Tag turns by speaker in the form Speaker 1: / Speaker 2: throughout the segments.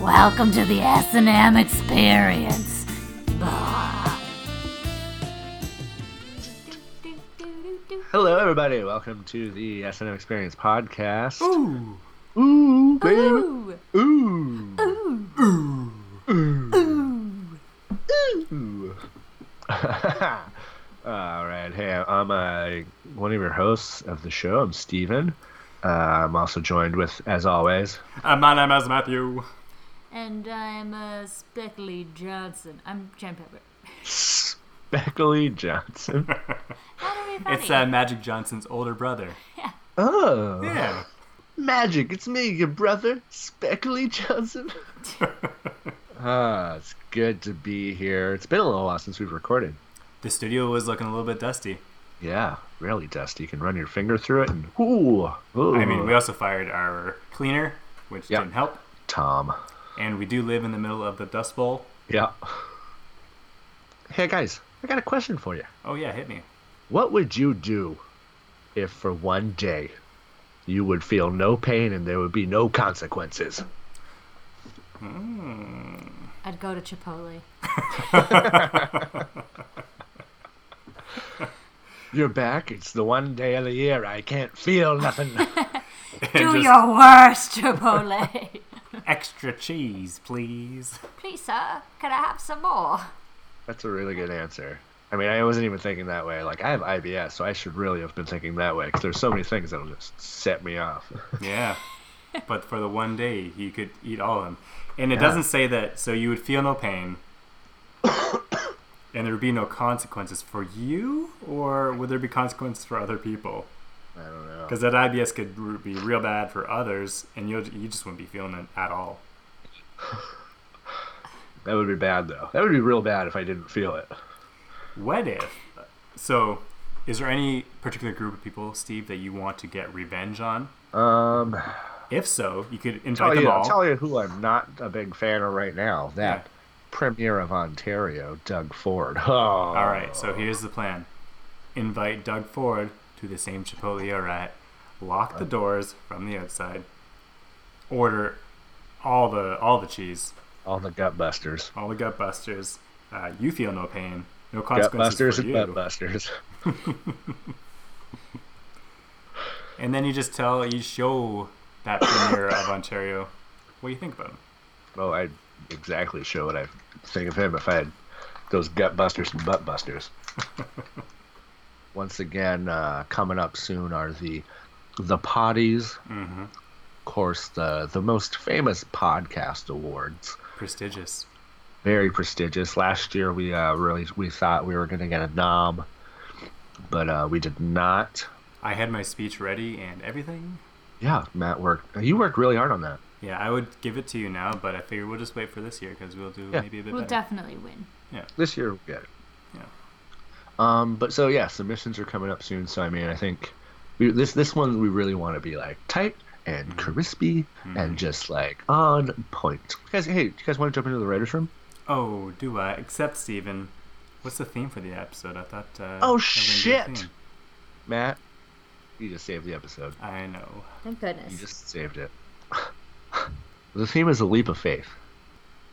Speaker 1: Welcome to the S&M experience. Bah.
Speaker 2: Hello, everybody. Welcome to the SNM Experience podcast.
Speaker 3: Ooh.
Speaker 2: Ooh, baby.
Speaker 1: Ooh,
Speaker 2: Ooh.
Speaker 1: ooh,
Speaker 3: Ooh.
Speaker 1: ooh.
Speaker 2: Ooh. All right. Hey, I'm uh, one of your hosts of the show. I'm Steven. Uh, I'm also joined with, as always,
Speaker 3: Uh, my name is Matthew.
Speaker 1: And I'm uh, Speckley Johnson. I'm Jen Pepper.
Speaker 2: Beckley Johnson.
Speaker 1: How do we find
Speaker 3: It's
Speaker 2: um,
Speaker 3: uh, Magic Johnson's older brother. Uh,
Speaker 2: Oh.
Speaker 3: Yeah.
Speaker 2: Magic, it's me, your brother, Speckley Johnson. Ah, it's good to be here. It's been a little while since we've recorded.
Speaker 3: the studio was looking a little bit dusty.
Speaker 2: Yeah, really dusty. You can run your finger through it and ooh. ooh.
Speaker 3: I mean, we also fired our cleaner, which
Speaker 2: Yeah.
Speaker 3: didn't help.
Speaker 2: Tom.
Speaker 3: And we do live in the middle of the Dust Bowl.
Speaker 2: Yeah. Hey guys, I got a question for you.
Speaker 3: Oh, yeah, hit me.
Speaker 2: What would you do if for one day you would feel no pain and there would be no consequences?
Speaker 1: I'd go to Chipotle.
Speaker 2: You're back. It's the one day of the year I can't feel nothing.
Speaker 1: Do
Speaker 3: Just
Speaker 1: your worst, Chipotle.
Speaker 3: extra cheese, please.
Speaker 1: Please, sir, can I have some more?
Speaker 2: That's a really good answer. I mean, I wasn't even thinking that way. Like, I have IBS, so I should really have been thinking that way because there's so many things that'll just set me off.
Speaker 3: Yeah. but for the one day, you could eat all of them. And it doesn't say that, so you would feel no pain. and there would be no consequences for you, or would there be consequences for other people?
Speaker 2: I don't know.
Speaker 3: Because that IBS could r- be real bad for others, and you you just wouldn't be feeling it at all.
Speaker 2: That would be bad, though. That would be real bad if I didn't feel it.
Speaker 3: What if? So, is there any particular group of people, Steve, that you want to get revenge on?
Speaker 2: Um,
Speaker 3: If so, you could invite
Speaker 2: tell
Speaker 3: them
Speaker 2: you,
Speaker 3: all.
Speaker 2: I'll tell you who I'm not a big fan of right now. That Premier of Ontario, Doug Ford. Oh,
Speaker 3: All right, so here's the plan: invite Doug Ford to the same Chipotle you're at, lock
Speaker 2: Uh.
Speaker 3: the doors from the outside, order all the all the cheese,
Speaker 2: All the gut busters.
Speaker 3: all the gut busters. Uh, you feel no pain, no
Speaker 2: Gut
Speaker 3: consequences
Speaker 2: busters
Speaker 3: for
Speaker 2: and
Speaker 3: you.
Speaker 2: butt busters.
Speaker 3: And then you just tell, you show that premier of Ontario what do you think about him.
Speaker 2: Oh, I'd exactly show what I think of him if I had those gut busters and butt busters. Once again, uh, coming up soon are the the potties. Mm-hmm. Of course, the the most famous podcast awards.
Speaker 3: Prestigious.
Speaker 2: Very prestigious. Last year, we uh, really we thought we were going to get a nom, but uh, we did not.
Speaker 3: I had my speech ready and everything.
Speaker 2: Yeah, Matt worked. You worked really hard on that.
Speaker 3: Yeah, I would give it to you now, but I figure we'll just wait for this year because we'll do
Speaker 2: Yeah.
Speaker 3: maybe a bit
Speaker 1: We'll
Speaker 3: better.
Speaker 1: definitely win.
Speaker 2: this year we get it.
Speaker 3: Yeah.
Speaker 2: Um, but so yeah, submissions are coming up soon. So I mean, I think we, this this one we really want to be like tight and crispy and just like on point. You guys, hey, do you guys want to jump into the writers' room?
Speaker 3: oh, do I? Except Steven. What's the theme for the episode? I thought. Uh,
Speaker 2: Oh,
Speaker 3: I was gonna do a
Speaker 2: shit!
Speaker 3: theme.
Speaker 2: Matt, you just saved the episode.
Speaker 3: I know.
Speaker 1: Thank
Speaker 2: You
Speaker 1: goodness.
Speaker 2: just saved it. the theme is a leap of faith.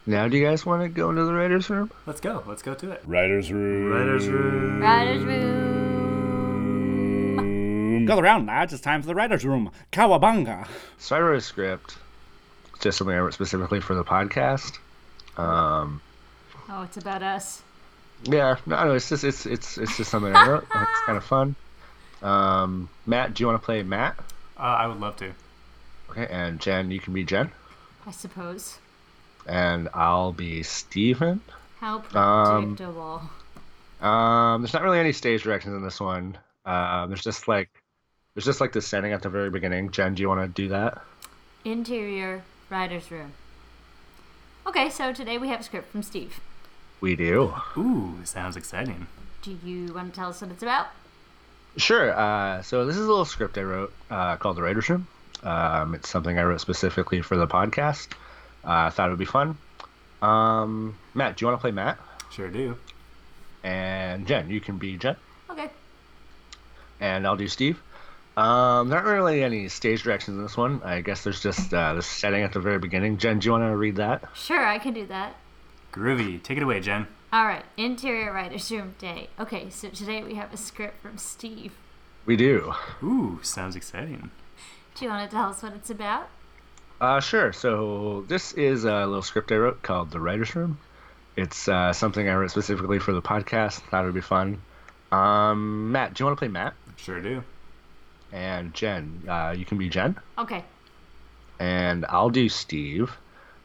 Speaker 2: Now, do you guys want to go into the writers' room?
Speaker 3: Let's go. Let's go to it.
Speaker 4: Writer's room.
Speaker 3: Writer's room.
Speaker 1: Riders room.
Speaker 4: Gather around, lads. It's time for the writer's room. Cowabunga.
Speaker 2: So I wrote a script, It's just something I wrote specifically for the podcast. Um,
Speaker 1: Oh, it's about us.
Speaker 2: Yeah, no, no, it's just it's it's it's just something I wrote. it's kind of fun. Um, Matt, do you want to play Matt?
Speaker 3: Uh, I would love to.
Speaker 2: Okay, and Jen, you can be Jen,
Speaker 1: I suppose.
Speaker 2: and I'll be Steven.
Speaker 1: How
Speaker 2: Um,
Speaker 1: predictable.
Speaker 2: Um, there's not really any stage directions in this one. Um, there's just like there's just like the setting at the very beginning. Jen, do you want to do that?
Speaker 1: Interior writer's room. Okay, so today we have a script from Steve.
Speaker 2: We do.
Speaker 3: Ooh, sounds exciting.
Speaker 1: Do you want to tell us what it's about?
Speaker 2: Sure. Uh, so this is a little script I wrote uh, called The Writer's Room. Um, it's something I wrote specifically for the podcast. Uh, I thought it would be fun. Um, Matt, do you want to play Matt?
Speaker 3: Sure do.
Speaker 2: and Jen, you can be Jen,
Speaker 1: Okay.
Speaker 2: and I'll do Steve. Um, there aren't really any stage directions in this one. I guess there's just uh, the setting at the very beginning. Jen, do you want to read that?
Speaker 1: Sure, I can do that.
Speaker 3: Groovy. Take it away, Jen.
Speaker 1: All right, interior writer's room day. Okay, so today we have a script from Steve.
Speaker 2: We do.
Speaker 3: Ooh, sounds exciting.
Speaker 1: Do you want to tell us what it's about?
Speaker 2: Uh, sure. So this is a little script I wrote called The Writer's Room. It's uh, something I wrote specifically for the podcast. Thought it would be fun. Um, Matt, do you want to play Matt?
Speaker 3: Sure do.
Speaker 2: And Jen, uh, you can be Jen.
Speaker 1: Okay,
Speaker 2: and I'll do Steve.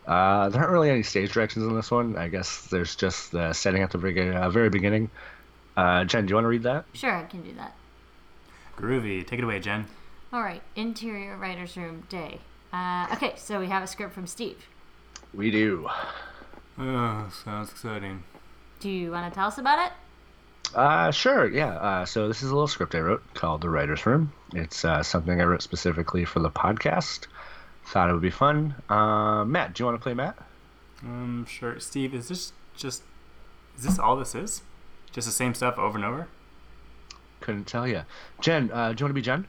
Speaker 2: Uh, there aren't really any stage directions in this one. I guess there's just the setting at the very, uh, very beginning. Uh, Jen, do you want to read that?
Speaker 1: sure, I can do that.
Speaker 3: Groovy. Take it away, Jen.
Speaker 1: All right, interior writer's room day. Uh, okay, so we have a script from Steve.
Speaker 2: We do.
Speaker 3: Oh, sounds exciting.
Speaker 1: Do you want to tell us about it?
Speaker 2: Uh, sure, yeah. Uh, so this is a little script I wrote called The Writer's Room. It's uh, something I wrote specifically for the podcast. Thought it would be fun. Uh, Matt, do you want to play Matt?
Speaker 3: Um, sure. Steve, is this just. Is this all this is? Just the same stuff over and over?
Speaker 2: Couldn't tell you. Jen, uh, do you want to be Jen?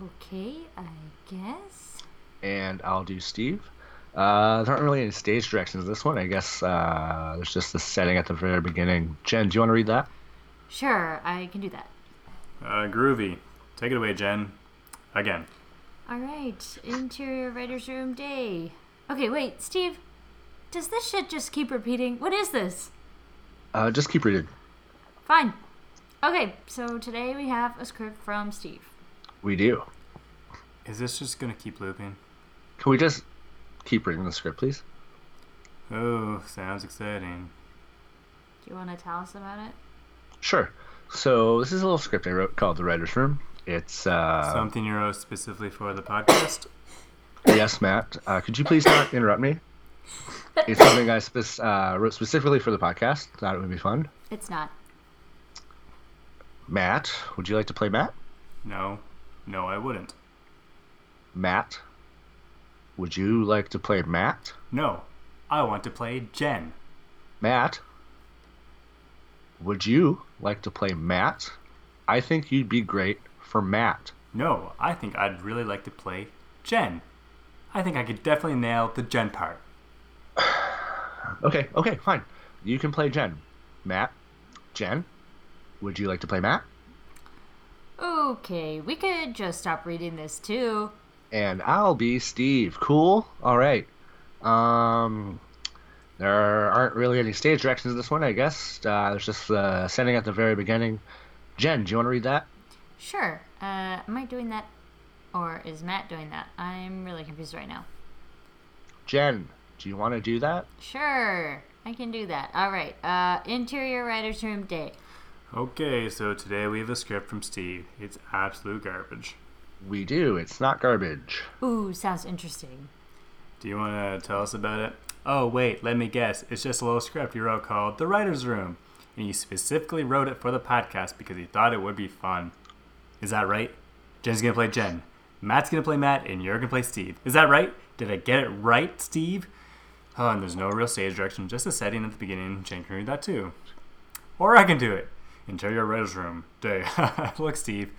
Speaker 1: Okay, I guess.
Speaker 2: and I'll do Steve. Uh, there aren't really any stage directions in this one. I guess uh, there's just the setting at the very beginning. Jen, do you want to read that?
Speaker 1: Sure, I can do that.
Speaker 3: Uh, groovy. Take it away, Jen. Again.
Speaker 1: All right, interior writer's room day. Okay, wait, Steve, does this shit just keep repeating? What is this?
Speaker 2: Uh, just keep reading.
Speaker 1: Fine. Okay, so today we have a script from Steve.
Speaker 2: We do.
Speaker 3: Is this just gonna keep looping?
Speaker 2: Can we just keep reading the script, please?
Speaker 3: Oh, sounds exciting.
Speaker 1: Do you want to tell us about it?
Speaker 2: Sure. So this is a little script I wrote called The Writer's Room. It's uh,
Speaker 3: Something you wrote specifically for the podcast?
Speaker 2: yes, Matt. Uh, could you please not interrupt me? It's something I spec- uh, wrote specifically for the podcast. Thought it would be fun.
Speaker 1: It's not.
Speaker 2: Matt, would you like to play Matt?
Speaker 3: No. No, I wouldn't.
Speaker 2: Matt, would you like to play Matt?
Speaker 3: No. I want to play Jen.
Speaker 2: Matt, would you like to play Matt? I think you'd be great for Matt.
Speaker 3: No, I think I'd really like to play Jen. I think I could definitely nail the Jen part.
Speaker 2: Okay, okay, fine. You can play Jen. Matt, Jen, would you like to play Matt?
Speaker 1: Okay, we could just stop reading this too.
Speaker 2: And I'll be Steve. Cool? All right. Um, there aren't really any stage directions in this one, I guess. Uh, there's just uh, setting at the very beginning. Jen, do you want to read that?
Speaker 1: Sure. Uh, am I doing that? Or is Matt doing that? I'm really confused right now.
Speaker 2: Jen, do you want to do that?
Speaker 1: Sure, I can do that. All right, uh, interior writer's room day.
Speaker 3: Okay, so today we have a script from Steve. It's absolute garbage.
Speaker 2: We do. It's not garbage.
Speaker 1: Ooh, sounds interesting.
Speaker 3: Do you want to tell us about it? Oh, wait, let me guess. It's just a little script you wrote called The Writer's Room. And you specifically wrote it for the podcast because you thought it would be fun. Is that right? Jen's going to play Jen. Matt's going to play Matt, and you're going to play Steve. Is that right? Did I get it right, Steve? Oh, and there's no real stage direction, just a setting at the beginning. Jen can read that too. Or I can do it. Interior Writer's Room. Day. Look, Steve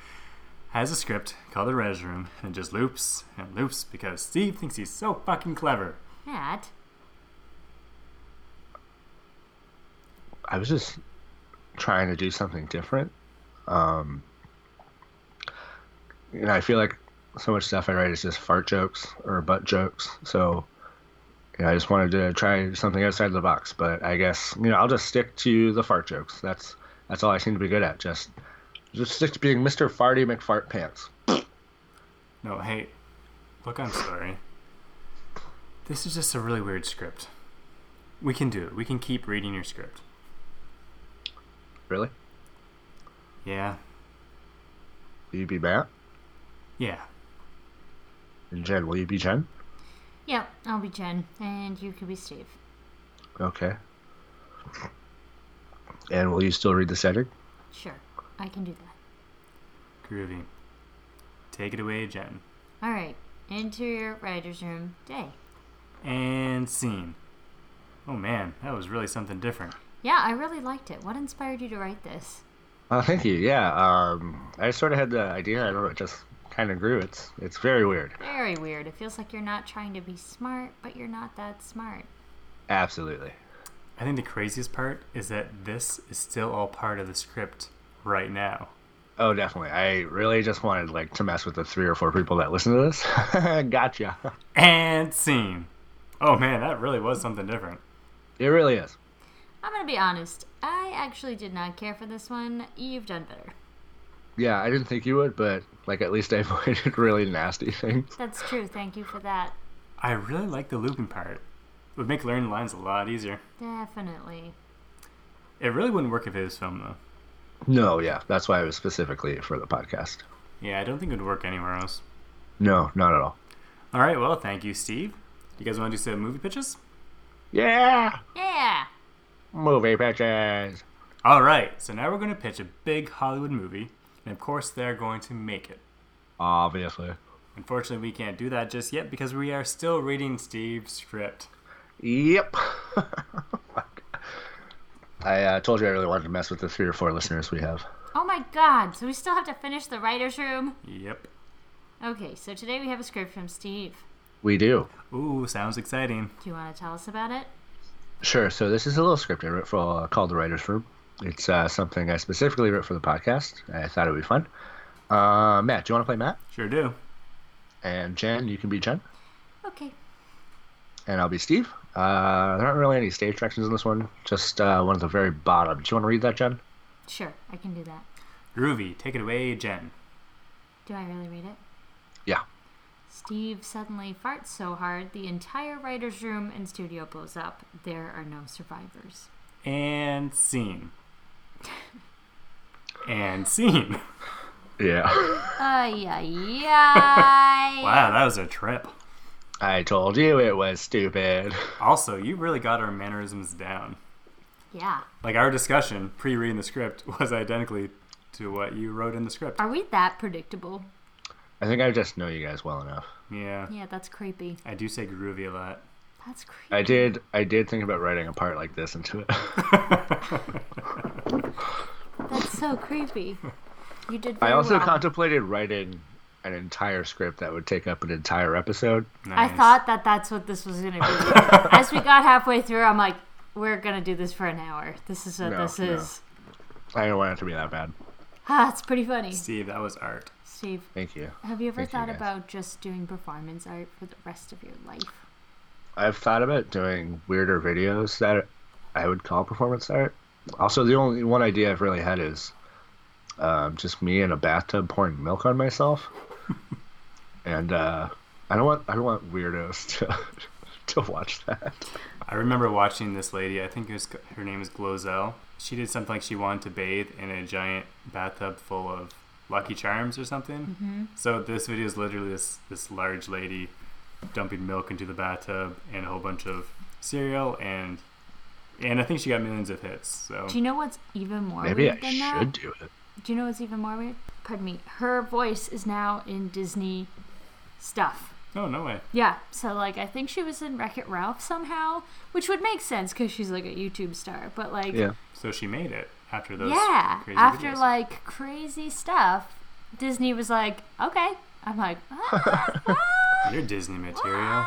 Speaker 3: has a script called The Writer's Room, and it just loops and loops because Steve thinks he's so fucking clever.
Speaker 1: Matt,
Speaker 2: I was just trying to do something different. Um, you know, I feel like so much stuff I write is just fart jokes or butt jokes. So, you know, I just wanted to try something outside the box. But I guess you know I'll just stick to the fart jokes. That's that's all I seem to be good at. Just just stick to being Mr. Farty McFart Pants.
Speaker 3: No, hey, look, I'm sorry. This is just a really weird script. We can do it. We can keep reading your script.
Speaker 2: Really?
Speaker 3: Yeah,
Speaker 2: Will you be Matt?
Speaker 3: yeah.
Speaker 2: And Jen, will you be Jen?
Speaker 1: yeah, I'll be Jen, and you could be Steve.
Speaker 2: Okay. And will you still read the setting?
Speaker 1: Sure, I can do that.
Speaker 3: Groovy. Take it away, Jen.
Speaker 1: All right, interior writer's room day.
Speaker 3: And scene. Oh man, that was really something different.
Speaker 1: Yeah, I really liked it. What inspired you to write this?
Speaker 2: Oh, thank you. Yeah, um, I sort of had the idea. I don't know. It just kind of grew. It's it's very weird.
Speaker 1: Very weird. It feels like you're not trying to be smart, but you're not that smart.
Speaker 2: Absolutely.
Speaker 3: I think the craziest part is that this is still all part of the script right now.
Speaker 2: Oh, definitely. I really just wanted like to mess with the three or four people that listen to this. gotcha.
Speaker 3: And scene. Oh man, that really was something different.
Speaker 2: It really is.
Speaker 1: I'm gonna be honest. I actually did not care for this one. You've done better.
Speaker 2: Yeah, I didn't think you would, but like at least I avoided really nasty things.
Speaker 1: That's true. Thank you for that.
Speaker 3: I really like the looping part. It would make learning lines a lot easier.
Speaker 1: Definitely.
Speaker 3: It really wouldn't work if it was film though.
Speaker 2: No, yeah, that's why it was specifically for the podcast.
Speaker 3: Yeah, I don't think it would work anywhere else.
Speaker 2: No, not at all.
Speaker 3: All right, well, thank you, Steve. You guys want to do some movie pitches?
Speaker 2: Yeah,
Speaker 1: Yeah.
Speaker 2: movie pitches.
Speaker 3: All right, so now we're going to pitch a big Hollywood movie, and of course, they're going to make it.
Speaker 2: Obviously.
Speaker 3: Unfortunately, we can't do that just yet because we are still reading Steve's script.
Speaker 2: Yep. Fuck. I uh, told you I really wanted to mess with the three or four listeners we have.
Speaker 1: Oh my god. So we still have to finish the writer's room?
Speaker 3: Yep.
Speaker 1: Okay, so today we have a script from Steve.
Speaker 2: We do.
Speaker 3: Ooh, sounds exciting.
Speaker 1: Do you want to tell us about it?
Speaker 2: Sure. So this is a little script I wrote for uh, called the Writers Room. It's uh, something I specifically wrote for the podcast. I thought it would be fun. Uh, Matt, do you want to play Matt?
Speaker 3: Sure do.
Speaker 2: And Jen, you can be Jen,
Speaker 1: Okay.
Speaker 2: and I'll be Steve. Uh, there aren't really any stage directions in this one. Just uh, one at the very bottom. Do you want to read that, Jen?
Speaker 1: Sure, I can do that.
Speaker 3: Groovy, take it away, Jen.
Speaker 1: Do I really read it?
Speaker 2: Yeah.
Speaker 1: Steve suddenly farts so hard the entire writer's room and studio blows up. There are no survivors.
Speaker 3: And scene. and scene.
Speaker 2: Yeah.
Speaker 1: Ay, ay, ay.
Speaker 3: Wow, that was a trip.
Speaker 2: I told you it was stupid.
Speaker 3: Also, you really got our mannerisms down.
Speaker 1: Yeah.
Speaker 3: Like our discussion pre reading the script was identically to what you wrote in the script.
Speaker 1: Are we that predictable?
Speaker 2: I think I just know you guys well enough.
Speaker 3: Yeah.
Speaker 1: Yeah, that's creepy.
Speaker 3: I do say groovy a lot.
Speaker 1: That's creepy.
Speaker 2: I did. I did think about writing a part like this into it.
Speaker 1: That's so creepy. You did very
Speaker 2: I also
Speaker 1: well.
Speaker 2: contemplated writing an entire script that would take up an entire episode.
Speaker 1: I
Speaker 3: Nice.
Speaker 1: thought that that's what this was going to be. As we got halfway through, I'm like, we're going to do this for an hour. This is what
Speaker 2: No,
Speaker 1: this
Speaker 2: no.
Speaker 1: is.
Speaker 2: I don't want it to be that bad.
Speaker 1: Ah, it's pretty funny.
Speaker 3: Steve, that was art.
Speaker 1: Steve,
Speaker 2: Thank you.
Speaker 1: have you ever
Speaker 2: Thank you,
Speaker 1: thought
Speaker 2: guys.
Speaker 1: about just doing performance art for the rest of your life?
Speaker 2: I've thought about doing weirder videos that I would call performance art. Also, the only one idea I've really had is um, just me in a bathtub pouring milk on myself. and uh, I don't want I don't want weirdos to to watch that.
Speaker 3: I remember watching this lady. I think it was, her name is Glozell. She did something like she wanted to bathe in a giant bathtub full of Lucky Charms or something.
Speaker 1: Mm-hmm.
Speaker 3: So this video is literally this this large lady dumping milk into the bathtub and a whole bunch of cereal and and I think she got millions of hits. So
Speaker 1: Do you know what's even more
Speaker 2: Maybe I
Speaker 1: weird than that?
Speaker 2: should do it.
Speaker 1: Do you know what's even more weird? Pardon me. Her voice is now in Disney stuff.
Speaker 3: oh no way.
Speaker 1: Yeah. So like, I think she was in Wreck It Ralph somehow, which would make sense because she's like a YouTube star. But like,
Speaker 2: Yeah.
Speaker 3: So she made it after those.
Speaker 1: yeah,
Speaker 3: crazy
Speaker 1: after
Speaker 3: videos.
Speaker 1: like crazy stuff, Disney was like, okay. I'm like, "Ah, what?
Speaker 3: You're Disney material.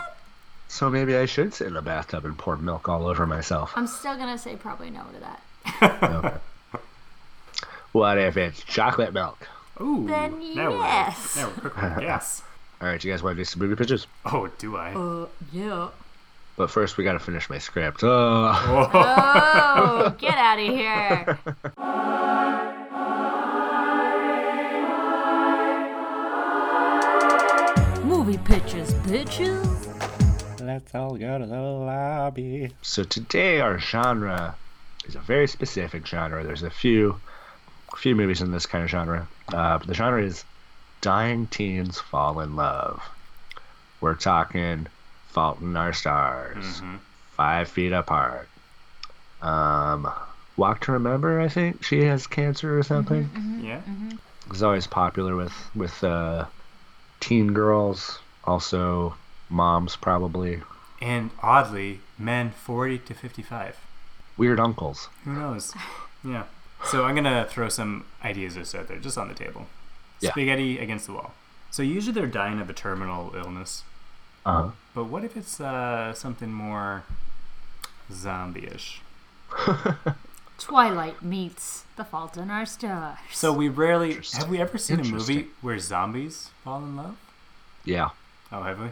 Speaker 2: So maybe I should sit in a bathtub and pour milk all over myself.
Speaker 1: I'm still gonna say probably no to that.
Speaker 2: Okay. what if it's chocolate milk?
Speaker 3: Ooh,
Speaker 1: Then
Speaker 3: now we're-
Speaker 1: yes.
Speaker 3: now we're cooking with gas.
Speaker 2: All right, you guys want to do some movie pitches?
Speaker 3: Oh, do I?
Speaker 1: Uh, yeah.
Speaker 2: But first, we got to finish my script. Ugh.
Speaker 1: Oh, get out of here. Movie pitches, bitches.
Speaker 4: Let's all go to the lobby.
Speaker 2: So today our genre is a very specific genre. There's a few few movies in this kind of genre. Uh, but the genre is dying teens fall in love. We're talking Fault in Our Stars,
Speaker 4: Mm-hmm.
Speaker 2: Five Feet Apart, um, Walk to Remember. I think she has cancer or something.
Speaker 1: mm-hmm.
Speaker 3: yeah.
Speaker 2: It's always popular with with uh, teen girls, also moms probably.
Speaker 3: And oddly, men 40 to 55.
Speaker 2: Weird uncles.
Speaker 3: Who knows? Yeah. So I'm going to throw some ideas or so there, just on the table.
Speaker 2: Yeah.
Speaker 3: Spaghetti against the wall. So usually they're dying of a terminal illness,
Speaker 2: Uh-huh.
Speaker 3: but what if it's uh, something more zombie-ish?
Speaker 1: Twilight meets The Fault in Our Stars.
Speaker 3: So we rarely have
Speaker 2: Interesting.
Speaker 3: we ever seen a movie
Speaker 2: Interesting.
Speaker 3: where zombies fall in love?
Speaker 2: Yeah.
Speaker 3: Oh, have we?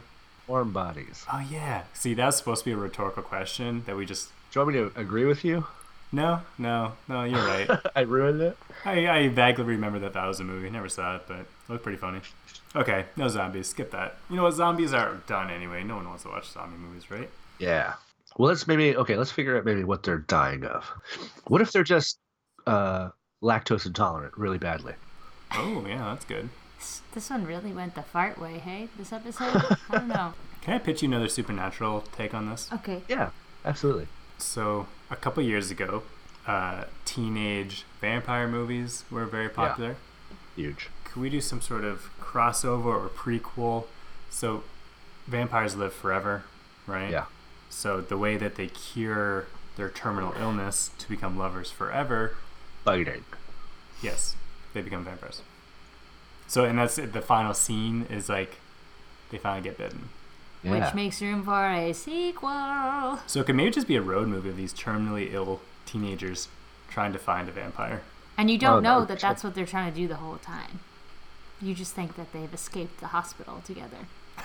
Speaker 2: Warm bodies.
Speaker 3: Oh yeah. See, that was supposed to be a rhetorical question that we just
Speaker 2: Do you want me to agree with you?
Speaker 3: no, no, no. You're right.
Speaker 2: I ruined it.
Speaker 3: I, I vaguely remember that that was a movie. Never saw it, but it looked pretty funny. Okay, no zombies. Skip that. You know what? Zombies are done anyway. No one wants to watch zombie movies, right?
Speaker 2: Yeah. Well, let's maybe okay. Let's figure out maybe what they're dying of. What if they're just uh, lactose intolerant, really badly?
Speaker 3: Oh yeah, that's good.
Speaker 1: This- This one really went the fart way, hey? This episode? I don't know.
Speaker 3: Can I pitch you another supernatural take on this?
Speaker 1: Okay.
Speaker 2: Yeah, absolutely.
Speaker 3: So a couple years ago, uh, teenage vampire movies were very popular.
Speaker 2: Huge.
Speaker 3: Could we do some sort of crossover or prequel? So vampires live forever, right?
Speaker 2: Yeah.
Speaker 3: So the way that they cure their terminal illness to become lovers forever
Speaker 2: Biting.
Speaker 3: Yes, they become vampires. So, and that's it. The final scene is like they finally get bitten.
Speaker 2: Yeah.
Speaker 1: Which makes room for a sequel.
Speaker 3: So it could maybe just be a road movie of these terminally ill teenagers trying to find a vampire.
Speaker 1: And you don't
Speaker 2: Oh, that
Speaker 1: know
Speaker 2: would be
Speaker 1: that
Speaker 2: cool.
Speaker 1: that's what they're trying to do the whole time. You just think that they've escaped the hospital together.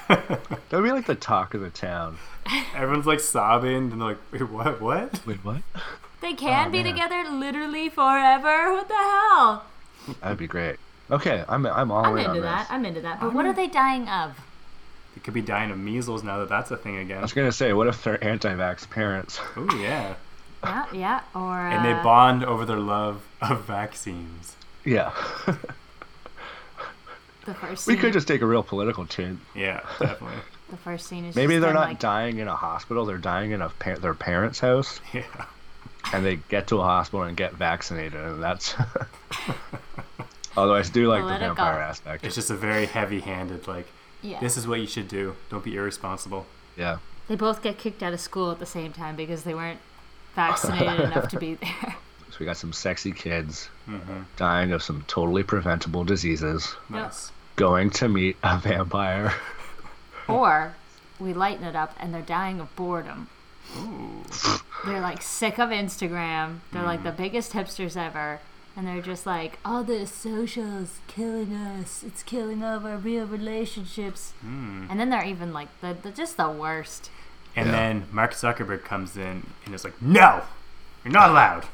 Speaker 2: That'd be like the talk of the town.
Speaker 3: Everyone's like sobbing and they're like, "Wait, what? What?"
Speaker 2: Wait, what?
Speaker 1: They can be
Speaker 2: Oh, man.
Speaker 1: together literally forever. What the hell?
Speaker 2: That'd be great. Okay, I'm I'm all
Speaker 1: I'm
Speaker 2: in on
Speaker 1: into
Speaker 2: this.
Speaker 1: that. I'm into that. But what are they dying of?
Speaker 3: They could be dying of measles now that that's a thing
Speaker 2: I
Speaker 3: again.
Speaker 2: was gonna say, what if they're anti-vax parents?
Speaker 3: Oh yeah,
Speaker 1: Yeah, yeah. Or
Speaker 3: and they
Speaker 1: uh,
Speaker 3: bond over their love of vaccines.
Speaker 2: yeah,
Speaker 1: the first.
Speaker 2: we
Speaker 1: scene-
Speaker 2: could just take a real political tint.
Speaker 3: Yeah, definitely.
Speaker 1: The first scene is
Speaker 2: Maybe
Speaker 1: just
Speaker 2: they're
Speaker 1: them,
Speaker 2: not
Speaker 1: like,
Speaker 2: dying in a hospital; they're dying in a par- their parents' house,
Speaker 3: Yeah.
Speaker 2: and they get to a hospital and get vaccinated, and that's. Although I do like the
Speaker 1: Political.
Speaker 2: vampire aspect.
Speaker 3: It's just a very heavy-handed like.
Speaker 1: Yeah.
Speaker 3: This is what you should do. Don't be irresponsible.
Speaker 2: Yeah,
Speaker 1: They both get kicked out of school at the same time because they weren't vaccinated enough to be there.
Speaker 2: so we got some sexy kids
Speaker 3: Mm-hmm.
Speaker 2: dying of some totally preventable diseases,
Speaker 3: Nice.
Speaker 2: going to meet a vampire.
Speaker 1: Or we lighten it up and they're dying of boredom. They're like sick of Instagram. They're like the
Speaker 2: Mm.
Speaker 1: biggest hipsters ever. And they're just like, all this social's killing us. It's killing all of our real relationships.
Speaker 2: Hmm.
Speaker 1: And then they're even like, the, the just the worst.
Speaker 3: And
Speaker 2: Yeah.
Speaker 3: then Mark Zuckerberg comes in and is like, "No, you're not allowed."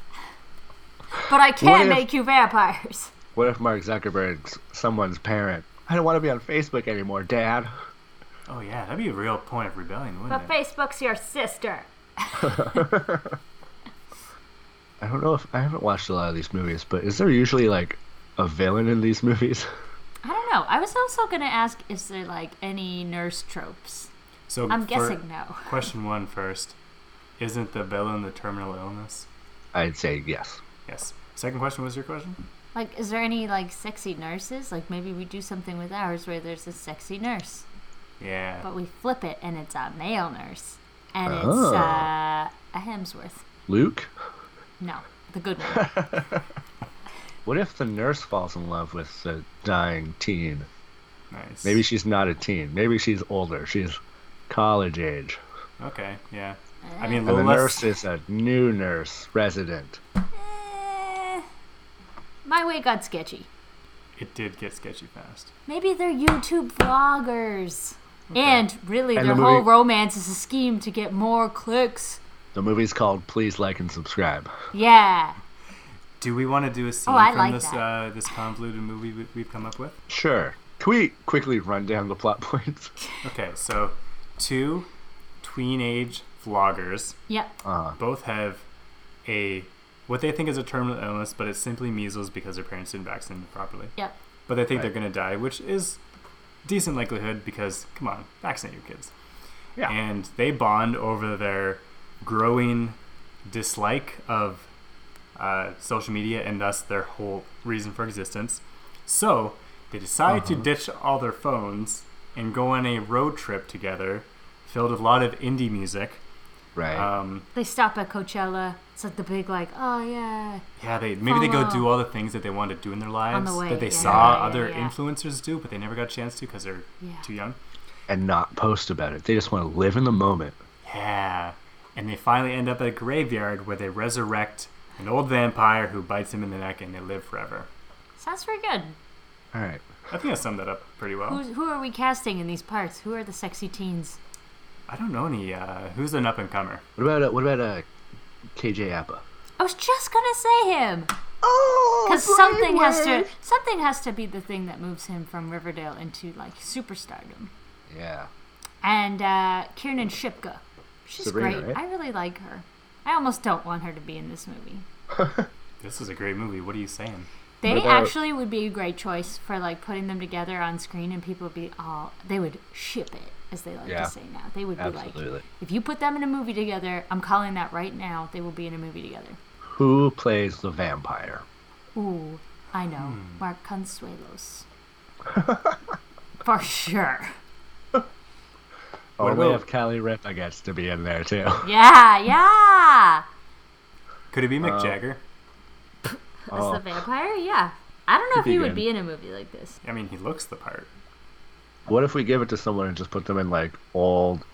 Speaker 1: But I
Speaker 2: What
Speaker 1: can
Speaker 2: if-
Speaker 1: make you vampires.
Speaker 2: What if Mark Zuckerberg's someone's parent? I don't want to be on Facebook anymore, Dad.
Speaker 3: Oh yeah, that'd be a real point of rebellion, wouldn't
Speaker 1: But
Speaker 3: it?
Speaker 1: Facebook's your sister.
Speaker 2: I don't know if I haven't watched a lot of these movies, but is there usually like a villain in these movies?
Speaker 1: I don't know. I was also going to ask, is there like any nurse tropes?
Speaker 3: So
Speaker 1: I'm
Speaker 3: for-
Speaker 1: guessing no.
Speaker 3: Question one first: Isn't the villain the terminal illness?
Speaker 2: I'd say yes.
Speaker 3: Yes. Second question was your question.
Speaker 1: Like, is there any like sexy nurses? Like, maybe we do something with ours where there's a sexy nurse,
Speaker 3: Yeah.
Speaker 1: but we flip it and it's a male nurse, and it's
Speaker 2: Oh.
Speaker 1: uh, a Hemsworth.
Speaker 2: Luke,
Speaker 1: No, the good one. Uh,
Speaker 2: what if the nurse falls in love with the dying teen?
Speaker 3: nice.
Speaker 2: Maybe she's not a teen. Maybe she's older. She's college age.
Speaker 3: Okay. Yeah. I mean, a
Speaker 2: And
Speaker 3: little
Speaker 2: the
Speaker 3: less.
Speaker 2: nurse is a new nurse resident.
Speaker 1: Eh, My way got sketchy.
Speaker 3: It did get sketchy fast.
Speaker 1: Maybe they're YouTube vloggers, and really
Speaker 2: And
Speaker 1: their
Speaker 2: the
Speaker 1: whole
Speaker 2: movie-
Speaker 1: romance is a scheme to get more clicks.
Speaker 2: The movie's called Please Like and Subscribe.
Speaker 1: Yeah,
Speaker 3: Do we want to do a scene
Speaker 1: Oh, I
Speaker 3: from
Speaker 1: like
Speaker 3: this
Speaker 1: that.
Speaker 3: uh, this convoluted movie we- we've come up with?
Speaker 2: Sure. Can we quickly run down the plot points?
Speaker 3: Okay. So, two tweenage vloggers
Speaker 1: yep.
Speaker 2: Uh,
Speaker 3: both have a what they think is a terminal illness, but it's simply measles because their parents didn't vaccinate them properly.
Speaker 1: Yep.
Speaker 3: But they think
Speaker 2: Right.
Speaker 3: they're going to die, which is decent likelihood because come on, vaccinate your kids.
Speaker 2: Yeah.
Speaker 3: And they bond over their growing dislike of uh, social media and thus their whole reason for existence. So they decide
Speaker 2: Uh-huh.
Speaker 3: to ditch all their phones and go on a road trip together, filled with a lot of indie music
Speaker 2: Right.
Speaker 3: Um,
Speaker 1: They stop at Coachella. It's like the big like, oh yeah,
Speaker 3: yeah, they maybe they go
Speaker 1: Follow.
Speaker 3: do all the things that they wanted to do in their lives
Speaker 1: the way,
Speaker 3: that they
Speaker 1: yeah,
Speaker 3: saw
Speaker 1: yeah,
Speaker 3: other
Speaker 1: yeah.
Speaker 3: influencers do, but they never got a chance to because they're
Speaker 1: Yeah.
Speaker 3: too young.
Speaker 2: and not post about it. They just want to live in the moment.
Speaker 3: Yeah. And they finally end up at a graveyard where they resurrect an old vampire who bites him in the neck and they live forever.
Speaker 1: sounds pretty good.
Speaker 2: All right.
Speaker 3: I think I summed that up pretty well.
Speaker 1: Who's, who are we casting in these parts? Who are the sexy teens?
Speaker 3: I don't know any. Uh, who's an up and comer?
Speaker 2: What about uh, what about uh, KJ Appa?
Speaker 1: I was just gonna say him
Speaker 2: Oh,
Speaker 1: because something has to something has to be the thing that moves him from Riverdale into like superstardom.
Speaker 2: Yeah.
Speaker 1: And uh, Kiernan Shipka, she's
Speaker 2: Sabrina,
Speaker 1: great.
Speaker 2: right?
Speaker 1: I really like her. I almost don't want her to be in this movie.
Speaker 3: This is a great movie. What are you saying?
Speaker 1: They
Speaker 2: about-
Speaker 1: actually would be a great choice for like putting them together on screen, and people would be all they would ship it, as they like
Speaker 2: Yeah.
Speaker 1: to say now. They would be like,
Speaker 2: Absolutely.
Speaker 1: if you put them in a movie together, I'm calling that right now. They will be in a movie together.
Speaker 2: Who plays the vampire?
Speaker 1: Ooh, I know,
Speaker 3: Hmm.
Speaker 1: Mark Consuelos, for sure.
Speaker 2: Oh,
Speaker 3: What
Speaker 2: we
Speaker 3: about-
Speaker 2: have Callie Ripa gets to be in there too.
Speaker 1: Yeah, yeah.
Speaker 3: Could it be Mick Jagger?
Speaker 1: As
Speaker 3: Oh.
Speaker 1: the vampire, yeah. I don't know if
Speaker 2: Could be
Speaker 1: he would
Speaker 2: good.
Speaker 1: be in a movie like this.
Speaker 3: I mean, he looks the part.
Speaker 2: What if we give it to someone and just put them in like old,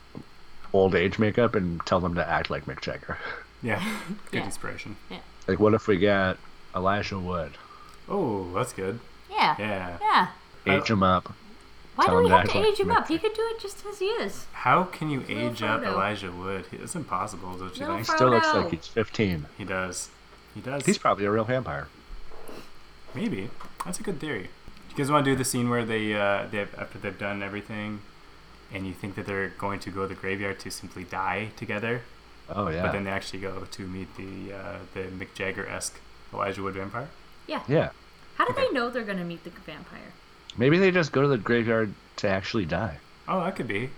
Speaker 2: old age makeup and tell them to act like Mick Jagger?
Speaker 3: Yeah. Good
Speaker 1: Yeah.
Speaker 3: inspiration.
Speaker 2: Like, what if we got Elijah Wood,
Speaker 3: Oh, that's good.
Speaker 1: Yeah, yeah.
Speaker 3: Yeah. Oh.
Speaker 2: age him up?
Speaker 1: Why
Speaker 2: Tell
Speaker 1: do
Speaker 2: him
Speaker 1: we
Speaker 2: to
Speaker 1: have
Speaker 2: act
Speaker 1: to
Speaker 2: like
Speaker 1: age him
Speaker 2: Mick
Speaker 1: up? He could do it just as he is.
Speaker 3: How can you age up
Speaker 1: photo.
Speaker 3: Elijah Wood? It's impossible, don't you
Speaker 1: Little
Speaker 3: think?
Speaker 1: pho-
Speaker 2: Still looks
Speaker 1: Frodo.
Speaker 2: like he's 15.
Speaker 3: He does. He does.
Speaker 2: He's probably a real vampire.
Speaker 3: Maybe that's a good theory. Do you guys want to do the scene where they, uh, they after they've done everything, and you think that they're going to go to the graveyard to simply die together,
Speaker 2: Oh yeah.
Speaker 3: but then they actually go to meet the uh, the Mick Jagger esque Elijah Wood vampire?
Speaker 1: Yeah.
Speaker 2: yeah.
Speaker 1: How do they know they're gonna meet the vampire?
Speaker 2: Maybe they just go to the graveyard to actually die.
Speaker 3: Oh, that could be.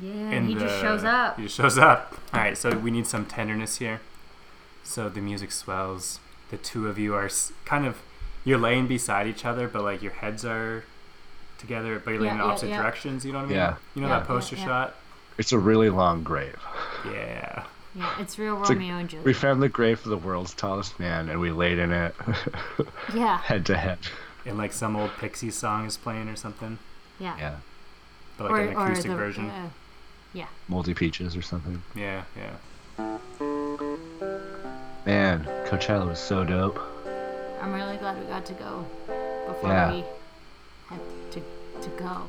Speaker 1: Yeah,
Speaker 3: in
Speaker 1: he just
Speaker 3: the-
Speaker 1: shows up.
Speaker 3: He just shows up. All right, so we need some tenderness here. So the music swells. The two of you are s- kind of you're laying beside each other, but like your heads are together, but you're laying
Speaker 1: Yeah,
Speaker 3: in
Speaker 1: yeah,
Speaker 3: opposite
Speaker 1: yeah.
Speaker 3: directions. You know what I mean?
Speaker 2: Yeah,
Speaker 3: You know
Speaker 2: yeah.
Speaker 3: that poster
Speaker 1: Yeah, yeah.
Speaker 3: shot?
Speaker 2: It's a really long grave.
Speaker 3: Yeah.
Speaker 1: Yeah, it's real
Speaker 2: a-
Speaker 1: Romeo and
Speaker 2: We
Speaker 1: Juliet.
Speaker 2: found the grave of the world's tallest man, and we laid in it
Speaker 1: Yeah,
Speaker 2: head to head.
Speaker 3: And like some old Pixie song is playing or something,
Speaker 1: yeah.
Speaker 2: Yeah,
Speaker 3: but like an acoustic version.
Speaker 1: uh,
Speaker 2: multi peaches or something.
Speaker 3: Yeah, yeah.
Speaker 2: Man, Coachella was so dope.
Speaker 1: I'm really glad we got to go before
Speaker 2: Yeah.
Speaker 1: we had to to go.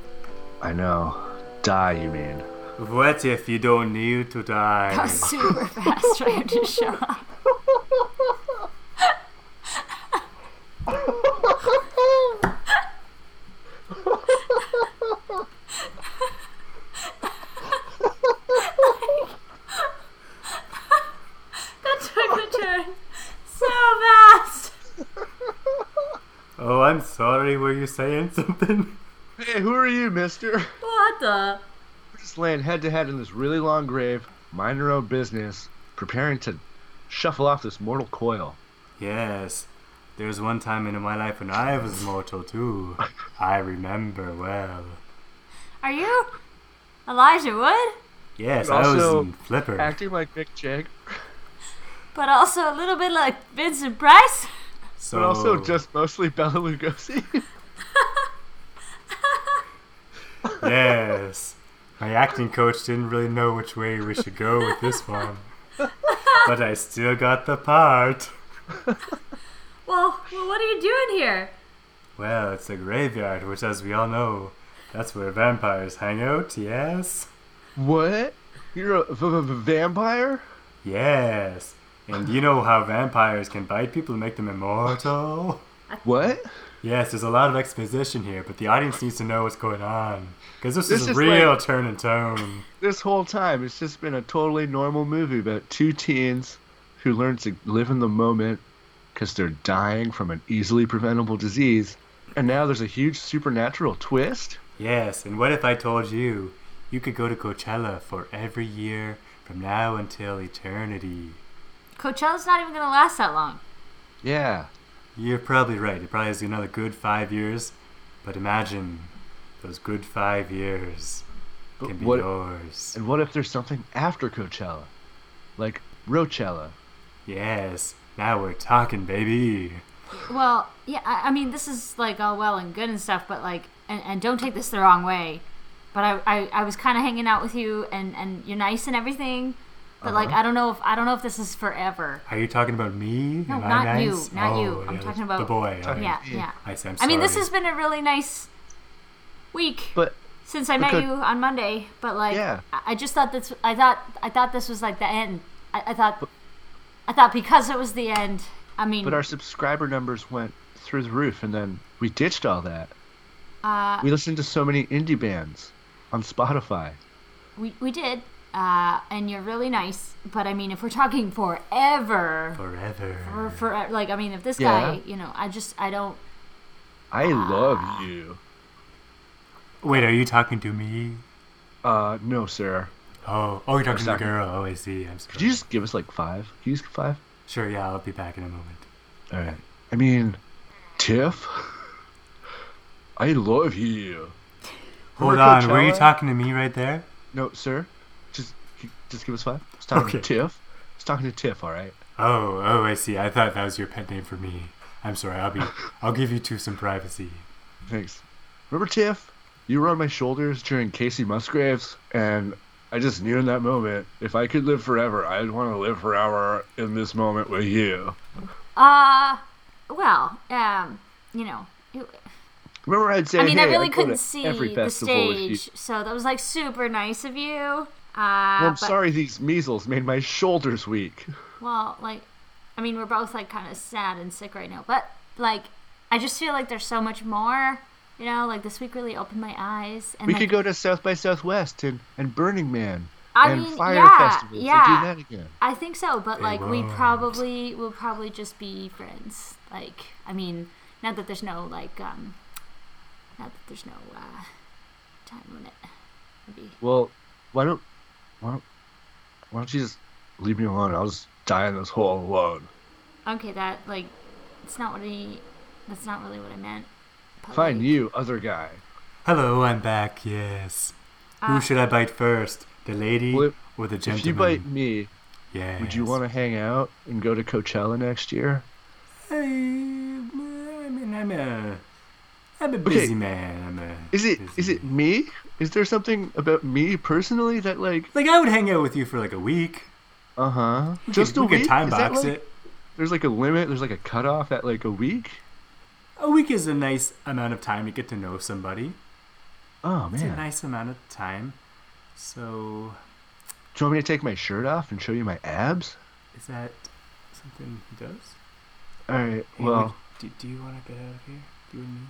Speaker 2: I know. Die, you mean?
Speaker 3: What if you don't need to
Speaker 1: I
Speaker 3: die?
Speaker 1: was super fast trying to show up. that took a turn so fast.
Speaker 3: Oh, I'm sorry. Were you saying something?
Speaker 2: Hey, who are you, Mister?
Speaker 1: What the?
Speaker 2: We're just laying head to head in this really long grave, mind your own business, preparing to shuffle off this mortal coil.
Speaker 3: Yes. There was one time in my life when I was mortal too. I remember well.
Speaker 1: Are you Elijah Wood?
Speaker 3: Yes,
Speaker 2: But
Speaker 3: I
Speaker 2: also
Speaker 3: was in Flipper.
Speaker 2: Acting like Mick Jagger,
Speaker 1: But also a little bit like Vincent Price?
Speaker 3: so,
Speaker 2: but also
Speaker 3: Oh.
Speaker 2: just mostly Bella Lugosi.
Speaker 3: yes. My acting coach didn't really know which way we should go with this one. But I still got the part.
Speaker 1: Well, well, what are you doing here?
Speaker 3: Well, it's a graveyard, which, as we all know, that's where vampires hang out, yes?
Speaker 2: what? You're a v- v- vampire?
Speaker 3: Yes. And you know how vampires can bite people and make them immortal?
Speaker 2: What?
Speaker 3: Yes, there's a lot of exposition here, but the audience needs to know what's going on. Because this,
Speaker 2: This
Speaker 3: is,
Speaker 2: is
Speaker 3: real
Speaker 2: like-
Speaker 3: turn and tone.
Speaker 2: this whole time it's just been a totally normal movie about two teens who learn to live in the moment because they're dying from an easily preventable disease and now there's a huge supernatural twist
Speaker 3: Yes, and what if I told you you could go to Coachella for every year from now until eternity?
Speaker 1: Coachella's not even gonna last that long.
Speaker 2: yeah
Speaker 3: You're probably right. It probably is another good five years, but imagine those good five years
Speaker 2: but
Speaker 3: can be
Speaker 2: what
Speaker 3: yours.
Speaker 2: and what if there's something after coachella like Rochella.
Speaker 3: Yes, now we're talking, baby.
Speaker 1: Well, yeah, I, I mean, this is like all well and good and stuff, but like, and, and don't take this the wrong way, but I, I, I was kind of hanging out with you, and and you're nice and everything, but
Speaker 2: Uh-huh.
Speaker 1: like, I don't know if I don't know if this is forever.
Speaker 3: Are you talking about me?
Speaker 1: No,
Speaker 3: Am I
Speaker 1: not
Speaker 3: nice?
Speaker 1: you, not
Speaker 3: Oh,
Speaker 1: you. I'm
Speaker 3: yeah,
Speaker 1: talking about
Speaker 3: the boy. all right.
Speaker 1: Yeah, yeah.
Speaker 3: I see. I'm
Speaker 1: I mean, this
Speaker 3: sorry.
Speaker 1: has been a really nice week
Speaker 2: But
Speaker 1: since I met
Speaker 2: because-
Speaker 1: you on Monday, but like,
Speaker 2: Yeah.
Speaker 1: I, I just thought this. I thought I thought this was like the end. I, I thought, I thought because it was the end. I mean,
Speaker 2: but our subscriber numbers went through the roof, and then we ditched all that.
Speaker 1: uh,
Speaker 2: We listened to so many indie bands on Spotify.
Speaker 1: we we did. Uh, and you're really nice, but I mean, if we're talking forever,
Speaker 3: forever.
Speaker 1: for, for like, I mean, if this
Speaker 2: Yeah.
Speaker 1: guy, you know, I just, I don't,
Speaker 2: I love you.
Speaker 3: Wait, are you talking to me?
Speaker 2: Uh, no, sir.
Speaker 3: Oh, oh, you're talking to the
Speaker 2: sorry.
Speaker 3: girl. Oh, I see. I'm
Speaker 2: Could you
Speaker 3: sorry.
Speaker 2: just give us like five? Can you just give five?
Speaker 3: Sure, yeah, I'll be back in a moment.
Speaker 2: All right. I mean, Tiff, I love you.
Speaker 3: Hold
Speaker 2: Rochella?
Speaker 3: on, were you talking to me right there?
Speaker 2: No, sir. Just, just give us five. It's talking
Speaker 3: Okay.
Speaker 2: to Tiff. It's talking to Tiff. All right.
Speaker 3: Oh, oh, I see. I thought that was your pet name for me. I'm sorry. I'll be. I'll give you two some privacy.
Speaker 2: Thanks. Remember Tiff? You were on my shoulders during Casey Musgraves, and I just knew in that moment if I could live forever, I'd want to live forever in this moment with you.
Speaker 1: uh, well, um, you know, it,
Speaker 2: Remember, I'd say,
Speaker 1: I mean, I
Speaker 2: "Hey,
Speaker 1: really
Speaker 2: I'd go to
Speaker 1: couldn't see
Speaker 2: every
Speaker 1: the
Speaker 2: festival with you."
Speaker 1: stage, so that was like super nice of you. Uh,
Speaker 2: Well, I'm
Speaker 1: but,
Speaker 2: sorry these measles made my shoulders weak.
Speaker 1: Well, like, I mean, we're both like kind of sad and sick right now, but like, I just feel like there's so much more. You know, like this week really opened my eyes. And
Speaker 2: We
Speaker 1: like,
Speaker 2: could go to South by Southwest and, and Burning Man
Speaker 1: I
Speaker 2: and
Speaker 1: mean,
Speaker 2: Fire
Speaker 1: yeah,
Speaker 2: Festivals
Speaker 1: yeah.
Speaker 2: and do that again.
Speaker 1: I think so, but
Speaker 3: They
Speaker 1: like we
Speaker 3: won't.
Speaker 1: probably will probably just be friends. Like I mean, not that there's no like um, not that there's no uh, time limit. Maybe.
Speaker 2: Well, why don't, why don't, why don't you just leave me alone? I'll just die in this hole alone.
Speaker 1: Okay, that like it's not what I. That's not really what I meant. but,
Speaker 2: Fine,
Speaker 1: like,
Speaker 2: you, other guy.
Speaker 3: Hello, I'm back. Yes.
Speaker 1: uh, Ah.
Speaker 3: Who should I bite first, the lady
Speaker 2: Well, if-
Speaker 3: or the
Speaker 2: If you
Speaker 3: gentleman?
Speaker 2: bite me,
Speaker 3: yes.
Speaker 2: Would you want to hang out and go to Coachella next year?
Speaker 3: I, mean, I'm a, I'm
Speaker 2: Okay.
Speaker 3: a busy man. I'm a.
Speaker 2: Is it
Speaker 3: busy
Speaker 2: is it
Speaker 3: man.
Speaker 2: me? Is there something about me personally that like
Speaker 3: Like I would hang out with you for like a week.
Speaker 2: uh huh?
Speaker 3: We
Speaker 2: Just
Speaker 3: could,
Speaker 2: a
Speaker 3: we
Speaker 2: week?
Speaker 3: could time
Speaker 2: Is that,
Speaker 3: box
Speaker 2: like-
Speaker 3: it.
Speaker 2: There's like a limit. There's like a cutoff at like a week.
Speaker 3: A week is a nice amount of time to get to know somebody.
Speaker 2: Oh
Speaker 3: It's
Speaker 2: man!
Speaker 3: a nice amount of time. So
Speaker 2: Do you want me to take my shirt off and show you my abs?
Speaker 3: is that something he does?
Speaker 2: All right.
Speaker 3: Hey,
Speaker 2: Well,
Speaker 3: would- do, do you want to get out of here? You and me?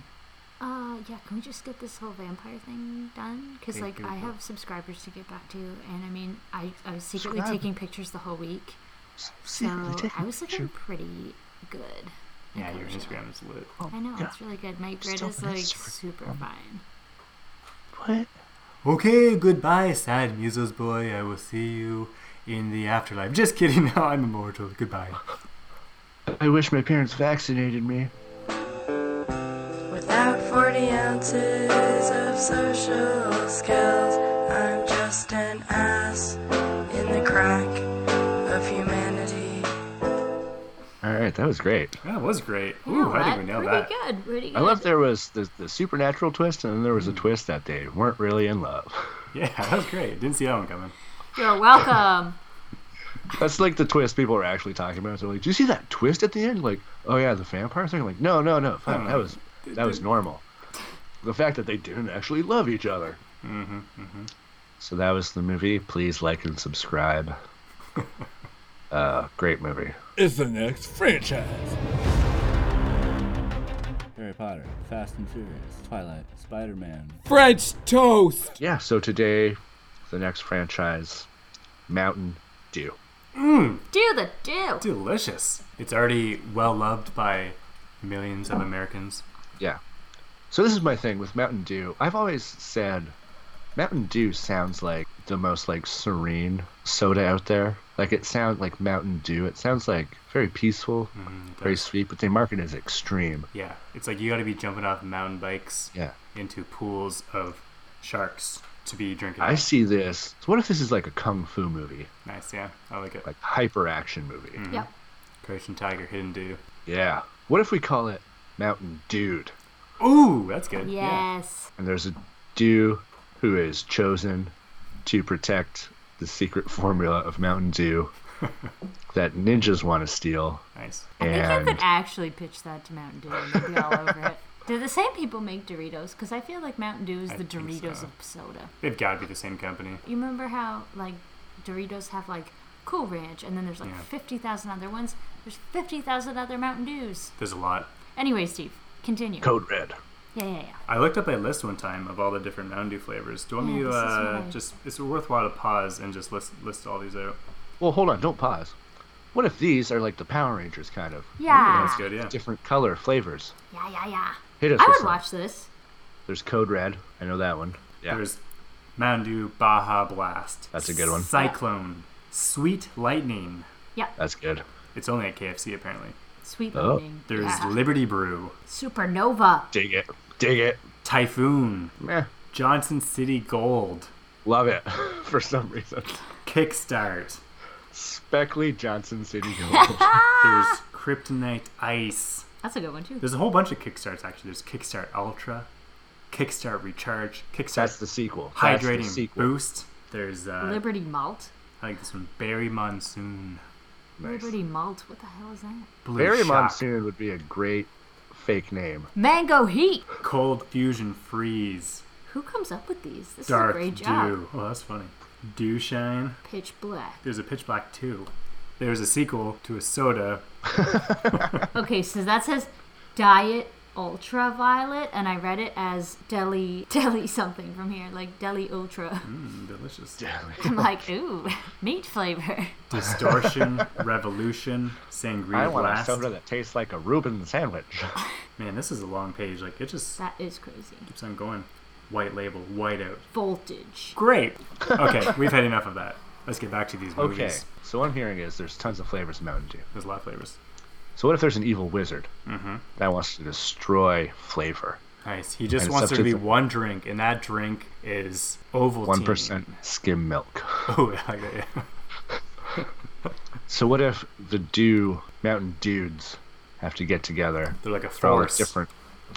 Speaker 1: Uh, yeah. Can we just get this whole vampire thing done? Because
Speaker 3: Okay,
Speaker 1: like
Speaker 3: here we
Speaker 1: I
Speaker 3: go.
Speaker 1: have subscribers to get back to, and I mean, I I was secretly
Speaker 2: Subscribe.
Speaker 1: taking pictures the whole week, so
Speaker 2: secretly take
Speaker 1: I
Speaker 2: my
Speaker 1: was looking
Speaker 2: picture.
Speaker 1: pretty good.
Speaker 3: Yeah, your
Speaker 1: Coachella.
Speaker 3: Instagram is lit.
Speaker 1: I know
Speaker 2: God.
Speaker 1: it's really good. My grid
Speaker 2: Still
Speaker 1: is
Speaker 2: on
Speaker 1: like
Speaker 2: Instagram.
Speaker 1: super fine.
Speaker 2: What?
Speaker 3: Okay, goodbye, sad musos boy. I will see you in the afterlife. Just kidding. No, I'm immortal. Goodbye.
Speaker 2: I wish my parents vaccinated me.
Speaker 5: Without 40 ounces of social skills, I'm just an ass in the crack of humanity.
Speaker 2: All right, that was great.
Speaker 3: That was great.
Speaker 1: You know
Speaker 3: Ooh, I think
Speaker 1: what?
Speaker 3: we nailed
Speaker 1: pretty
Speaker 3: that.
Speaker 1: good. Pretty good.
Speaker 2: I love there was the, the supernatural twist, and then there was
Speaker 3: Mm.
Speaker 2: a twist that they weren't really in love.
Speaker 3: Yeah, that was great. Didn't see that one coming.
Speaker 1: You're welcome.
Speaker 2: That's like the twist people are actually talking about. They're like, "Do you see that twist at the end?" Like, "Oh yeah, the vampire thing." Like, "No, no, no, fuck,
Speaker 3: No,
Speaker 2: that was that was normal." The fact that they didn't actually love each other. Mm-hmm, mm-hmm. So that was the movie. Please like and subscribe. uh, great movie.
Speaker 4: Is the next franchise. Harry Potter, Fast and Furious, Twilight, Spider Man. French toast!
Speaker 2: Yeah. So today, the next franchise, Mountain Dew.
Speaker 1: do the do.
Speaker 3: Delicious. It's already well loved by millions of Americans.
Speaker 2: Yeah. So this is my thing with Mountain Dew. I've always said Mountain Dew sounds like the most like serene soda out there. Like it sounds like Mountain Dew. It sounds like very peaceful,
Speaker 3: Mm-hmm. Mm,
Speaker 2: very sweet, but they market it as extreme.
Speaker 3: Yeah, it's like you got to be jumping off mountain bikes
Speaker 2: Yeah.
Speaker 3: into pools of sharks to be drinking.
Speaker 2: I see this. What if this is like a kung fu movie,
Speaker 3: Nice, yeah. I like it.
Speaker 2: like hyper action movie?
Speaker 1: Yep.
Speaker 3: Croatian tiger, hidden dew.
Speaker 2: Yeah. What if we call it Mountain Dude?
Speaker 3: Ooh, that's good.
Speaker 1: Yes.
Speaker 2: And there's a Dew who is chosen to protect the secret formula of Mountain Dew that ninjas want to steal.
Speaker 3: Nice.
Speaker 1: I think you
Speaker 2: And
Speaker 1: could actually pitch that to Mountain Dew and they'd be all over it. Do the same people make Doritos? Because I feel like Mountain Dew is
Speaker 3: I
Speaker 1: the
Speaker 3: think
Speaker 1: Doritos
Speaker 3: so.
Speaker 1: of soda.
Speaker 3: They've got to be the same company.
Speaker 1: You remember how like Doritos have like Cool Ranch, and then there's like
Speaker 3: Yeah.
Speaker 1: fifty thousand other ones. There's fifty thousand other Mountain Dews.
Speaker 3: There's a lot.
Speaker 1: Anyway, Steve, continue.
Speaker 2: Code Red.
Speaker 1: yeah, yeah, yeah.
Speaker 3: I looked up a list one time of all the different Mountain Dew flavors. Do you want
Speaker 1: Yeah,
Speaker 3: me to
Speaker 1: this is
Speaker 3: uh,
Speaker 1: what I-
Speaker 3: just? It's worthwhile to pause and just list list all these out.
Speaker 2: Well, hold on, don't pause. What if these are like the Power Rangers kind of
Speaker 3: That's
Speaker 1: Yeah,
Speaker 3: good. Yeah.
Speaker 2: different color flavors?
Speaker 1: yeah, yeah, yeah.
Speaker 2: Hit us
Speaker 1: I
Speaker 2: with
Speaker 1: would
Speaker 2: some.
Speaker 1: watch this.
Speaker 2: There's Code Red. I know that one. Yeah.
Speaker 3: There's Mountain Dew Baja Blast.
Speaker 2: That's a good one.
Speaker 3: Cyclone, Sweet Lightning.
Speaker 2: That's good.
Speaker 3: It's only at KFC apparently.
Speaker 1: Sweet
Speaker 2: Oh.
Speaker 1: Lightning.
Speaker 3: There's
Speaker 1: Yeah.
Speaker 3: Liberty Brew,
Speaker 1: Supernova.
Speaker 2: Dig it. Dig it.
Speaker 3: Typhoon,
Speaker 2: Meh.
Speaker 3: Johnson City Gold,
Speaker 2: Love it for some reason.
Speaker 3: Kickstart.
Speaker 2: Speckly Johnson City Gold.
Speaker 1: Ah.
Speaker 3: There's Kryptonite Ice.
Speaker 1: That's a good one too.
Speaker 3: There's a whole bunch of Kickstarts actually. There's Kickstart Ultra, Kickstart Recharge, Kickstart
Speaker 2: That's the sequel. That's the
Speaker 3: Hydrating
Speaker 2: sequel.
Speaker 3: Boost. There's uh,
Speaker 1: Liberty Malt.
Speaker 3: I like this one. Barry Monsoon.
Speaker 2: Nice.
Speaker 1: Liberty Malt. What the hell is that?
Speaker 3: Blue
Speaker 2: Barry
Speaker 3: Shock.
Speaker 2: Monsoon would be a great fake name.
Speaker 1: Mango Heat.
Speaker 3: Cold Fusion Freeze.
Speaker 1: Who comes up with these? This is a
Speaker 3: Dark
Speaker 1: great
Speaker 3: Dew.
Speaker 1: job.
Speaker 3: Well, that's funny. Dew Shine.
Speaker 1: Pitch Black.
Speaker 3: There's a Pitch Black 2. There's a sequel to a soda.
Speaker 1: Okay, so that says Diet Ultraviolet, and I read it as Deli Deli something from here, like Deli Ultra.
Speaker 3: Mm, delicious.
Speaker 1: I'm
Speaker 3: Mm.
Speaker 1: like, ooh, meat flavor.
Speaker 3: Distortion, Revolution, Sangria
Speaker 2: I want a
Speaker 3: Blast.
Speaker 2: soda that tastes like a Reuben sandwich.
Speaker 3: Man, this is a long page. Like, it just
Speaker 1: That is crazy.
Speaker 3: keeps on going. White label, whiteout.
Speaker 1: Voltage.
Speaker 3: Great. Okay, we've had enough of that. Let's get back to these movies.
Speaker 2: okay, so what I'm hearing is there's tons of flavors of Mountain Dew.
Speaker 3: There's a lot of flavors.
Speaker 2: So what if there's an evil wizard
Speaker 3: Mm-hmm.
Speaker 2: that wants to destroy flavor?
Speaker 3: Nice. He just
Speaker 2: And
Speaker 3: wants there to be
Speaker 2: substitute-
Speaker 3: one drink, and that drink is Ovaltine.
Speaker 2: One percent skim milk.
Speaker 3: Oh, I like that, yeah.
Speaker 2: So what if the Dew Mountain Dudes have to get together?
Speaker 3: They're like a
Speaker 2: They're all like
Speaker 3: force.
Speaker 2: different.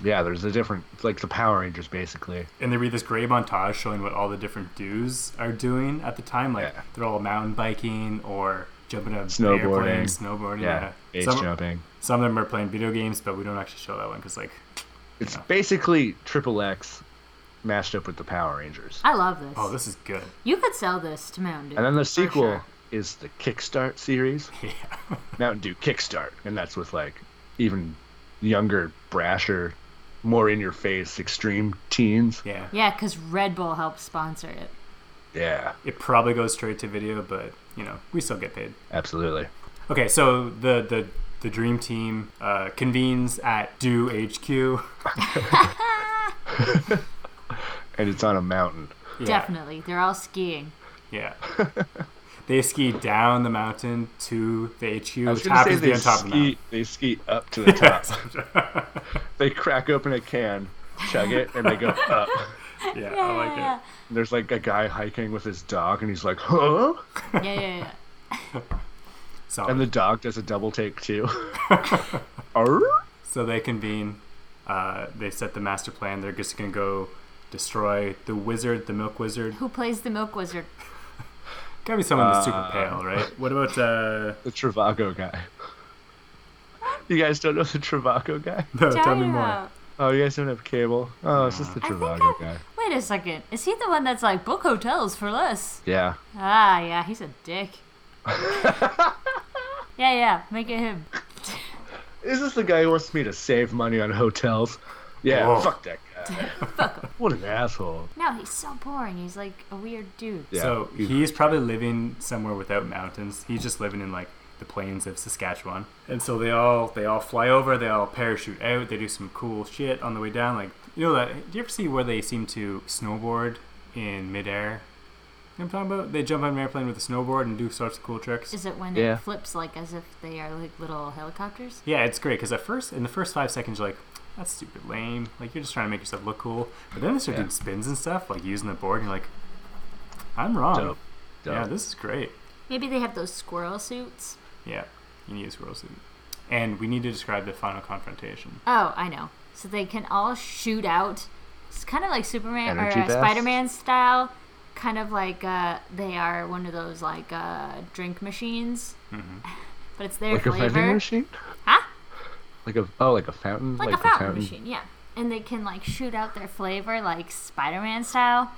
Speaker 2: Yeah, there's a different, it's like the Power Rangers, basically.
Speaker 3: And there'd be this great montage showing what all the different dudes are doing at the time. Like
Speaker 2: Yeah.
Speaker 3: they're all mountain biking or jumping out of
Speaker 2: Snowboarding.
Speaker 3: airplanes, snowboarding.
Speaker 2: Yeah,
Speaker 3: Yeah.
Speaker 2: base
Speaker 3: Some,
Speaker 2: jumping.
Speaker 3: some of them are playing video games, but we don't actually show that one because like,
Speaker 2: It's basically Triple X mashed up with the Power Rangers.
Speaker 1: I love this.
Speaker 3: oh, this is good.
Speaker 1: You could sell this to Mountain Dew.
Speaker 2: And then the
Speaker 1: for
Speaker 2: sequel
Speaker 1: sure.
Speaker 2: is the Kickstart series.
Speaker 3: Yeah.
Speaker 2: Mountain Dew Kickstart, and that's with like even younger, brasher, more in your face, extreme teens.
Speaker 3: Yeah.
Speaker 1: Yeah, because Red Bull helped sponsor it.
Speaker 2: Yeah,
Speaker 3: It probably goes straight to video, but you know, we still get paid.
Speaker 2: absolutely.
Speaker 3: Okay, so the the the dream team uh, convenes at Do HQ. Yeah.
Speaker 2: And it's on a mountain.
Speaker 1: Definitely. They're all skiing.
Speaker 3: Yeah. they ski down the mountain to the HQ,
Speaker 2: I was
Speaker 3: which
Speaker 2: gonna say
Speaker 3: happens to be
Speaker 2: they
Speaker 3: on top of the mountain.
Speaker 2: ski, they ski up to the top. they crack open a can, chug it, and they go up.
Speaker 3: Yeah, I like it.
Speaker 2: And there's like a guy hiking with his dog, and he's like, "Huh?"
Speaker 1: Yeah, yeah, yeah.
Speaker 3: Solid.
Speaker 2: And the dog does a double take too. Arr?
Speaker 3: so they convene. Uh, they set the master plan. They're just gonna go destroy the wizard, the milk wizard.
Speaker 1: Who plays the Milk Wizard?
Speaker 3: Gotta be someone that's
Speaker 2: Uh,
Speaker 3: super pale, right? What about uh,
Speaker 2: The Travago guy. You guys don't know the Travago guy?
Speaker 3: no, tell
Speaker 1: Dario.
Speaker 3: me more.
Speaker 2: Oh, you guys don't have cable. Oh, it's just the
Speaker 1: I think
Speaker 2: Travago
Speaker 1: I-
Speaker 2: guy.
Speaker 1: Wait a second. Is he the one that's like, book hotels for less?
Speaker 2: Yeah.
Speaker 1: Ah, yeah, he's a dick. yeah, yeah, make it him.
Speaker 2: Is this the guy who wants me to save money on hotels? Yeah,
Speaker 3: Whoa.
Speaker 2: fuck that guy. what an asshole.
Speaker 1: No, he's so boring. He's like a weird dude.
Speaker 2: Yeah,
Speaker 3: so
Speaker 2: he's-
Speaker 3: he's probably living somewhere without mountains. He's just living in like the plains of Saskatchewan. And so they all they all fly over. They all parachute out. They do some cool shit on the way down. Like you know that? Do you ever see where they seem to snowboard in midair? You know what I'm talking about? They jump on an airplane with a snowboard and do sorts of cool tricks.
Speaker 1: Is it when
Speaker 2: Yeah.
Speaker 1: it flips like as if they are like little helicopters?
Speaker 3: Yeah, it's great because at first, in the first five seconds, you're like, that's stupid lame. Like you're just trying to make yourself look cool. But then they start
Speaker 2: Yeah.
Speaker 3: doing spins and stuff, like using the board, and you're like, I'm wrong.
Speaker 2: Dope. Dope.
Speaker 3: um, Yeah, this is great.
Speaker 1: Maybe they have those squirrel suits.
Speaker 3: Yeah, you need a squirrel suit. And we need to describe the final confrontation.
Speaker 1: Oh, I know. So they can all shoot out. It's kind of like Superman
Speaker 2: Energy
Speaker 1: or uh,
Speaker 2: vests?
Speaker 1: Spider-Man style. Kind of like uh, they are one of those like uh, drink machines, but it's their
Speaker 2: Mm-hmm. like
Speaker 1: flavor.
Speaker 2: a vending machine?
Speaker 1: Huh?
Speaker 2: Like a oh, like a fountain?
Speaker 1: like, a fountain, machine, yeah. And they can like shoot out their flavor like Spider-Man style,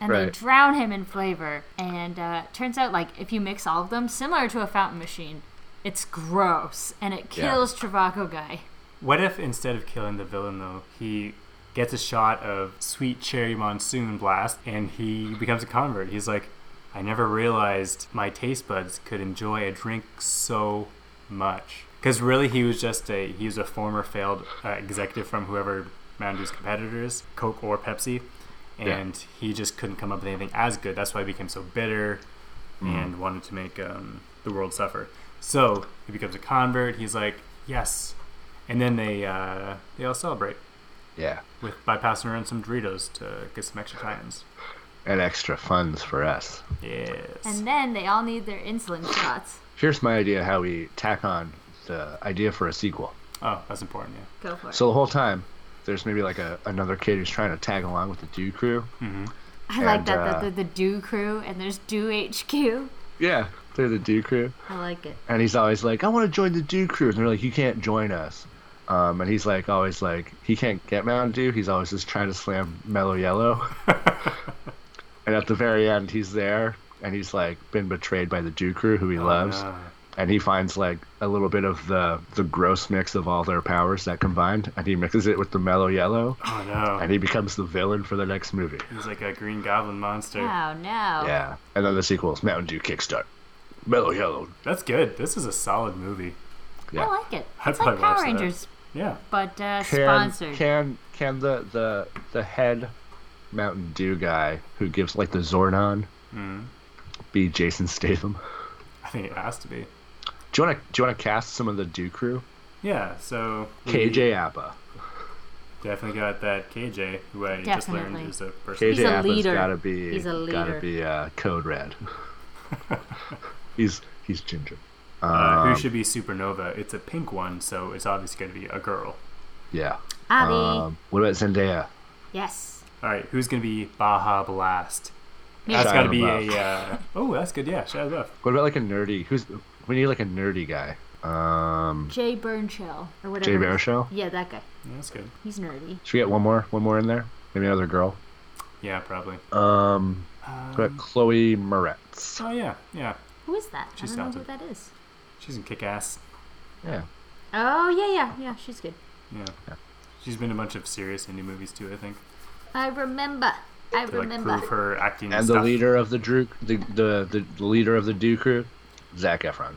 Speaker 1: and they
Speaker 2: Right.
Speaker 1: drown him in flavor. And uh, turns out like if you mix all of them, similar to a fountain machine, it's gross and it
Speaker 2: Yeah.
Speaker 1: kills Travaco guy.
Speaker 3: What if instead of killing the villain, though, he gets a shot of sweet cherry monsoon blast and he becomes a convert? He's like, I never realized my taste buds could enjoy a drink so much. Because really, he was just a he was a former failed uh, executive from whoever Mountain Dew's competitors, Coke or Pepsi,
Speaker 2: Yeah.
Speaker 3: and he just couldn't come up with anything as good. That's why he became so bitter and wanted to make um, the world suffer. So he becomes a convert. He's like, yes, and then they uh, they all celebrate
Speaker 2: Yeah.
Speaker 3: with by passing around some Doritos to get some extra times.
Speaker 2: And extra funds for us.
Speaker 3: Yes.
Speaker 1: And then they all need their insulin shots.
Speaker 2: Here's my idea how we tack on the idea for a sequel.
Speaker 3: oh, that's important. Yeah.
Speaker 1: Go for it.
Speaker 2: So the whole time, there's maybe like a, another kid who's trying to tag along with the Dew crew.
Speaker 1: I like
Speaker 2: and,
Speaker 1: that,
Speaker 2: uh,
Speaker 1: that the, the Do crew and there's Do HQ.
Speaker 2: Yeah, they're the Dew crew.
Speaker 1: I like it.
Speaker 2: And he's always like, I want to join the Dew crew. And they're like, you can't join us. Um, and he's like, always like, he can't get Mountain Dew. He's always just trying to slam Mellow Yellow. and at the very end, he's there. And he's like been betrayed by the Dew crew, who he loves.
Speaker 3: Uh,
Speaker 2: and he finds like a little bit of the the gross mix of all their powers that combined and he mixes it with the mellow yellow
Speaker 3: oh no.
Speaker 2: and he becomes the villain for the next movie
Speaker 3: He's like a green goblin monster.
Speaker 1: Oh no.
Speaker 2: yeah and then the sequel is mountain dew kickstart mellow yellow
Speaker 3: That's good. This is a solid movie.
Speaker 1: I
Speaker 2: yeah
Speaker 1: like it.
Speaker 3: I'd
Speaker 1: It's like
Speaker 3: probably watch
Speaker 1: Power
Speaker 3: that.
Speaker 1: Rangers,
Speaker 3: Yeah.
Speaker 1: but uh,
Speaker 2: can,
Speaker 1: sponsored.
Speaker 2: can can the the the head mountain dew guy who gives like the zornon be jason statham
Speaker 3: I think it has to be.
Speaker 2: do you want to do you want to cast some of the dew crew
Speaker 3: Yeah. So we
Speaker 2: kj appa
Speaker 3: definitely got that KJ who I just learned
Speaker 1: Definitely.
Speaker 3: is a person.
Speaker 2: KJ
Speaker 1: a
Speaker 2: Appa's
Speaker 1: leader.
Speaker 2: gotta be
Speaker 1: He's a
Speaker 2: gotta
Speaker 1: leader.
Speaker 2: be uh, code red. he's he's ginger.
Speaker 3: Uh,
Speaker 2: Um,
Speaker 3: who should be supernova? It's a pink one, so it's obviously going to be a girl.
Speaker 2: Yeah.
Speaker 1: Abby.
Speaker 2: Um, what about Zendaya?
Speaker 1: yes.
Speaker 3: All right. Who's going to be Baja Blast?
Speaker 1: Me.
Speaker 3: That's got to
Speaker 2: Shia
Speaker 3: be
Speaker 2: LaBeouf.
Speaker 3: a. Uh, oh, that's good. Yeah, Shia LaBeouf.
Speaker 2: What about like a nerdy? Who's we need like a nerdy guy? Um,
Speaker 1: Jay Burnshell or whatever.
Speaker 2: Jay Baruchel.
Speaker 1: Yeah, that guy.
Speaker 3: Yeah, that's good.
Speaker 1: He's nerdy.
Speaker 2: Should we get one more? One more in there? Maybe another girl.
Speaker 3: Yeah, probably.
Speaker 2: Um, what about Chloe Moretz?
Speaker 3: Oh yeah, yeah.
Speaker 1: Who is that?
Speaker 3: She's
Speaker 1: I don't know
Speaker 3: talented.
Speaker 1: who that is.
Speaker 3: She's in Kick Ass.
Speaker 2: Yeah.
Speaker 1: Oh yeah, yeah, yeah. She's good.
Speaker 3: Yeah. She's been in a bunch of serious indie movies too. I think
Speaker 1: I remember. I
Speaker 3: to like
Speaker 1: remember.
Speaker 3: prove her acting
Speaker 2: And
Speaker 3: stuff.
Speaker 2: the leader of the Drew, the the, the, the leader of the Dew crew, Zach Efron.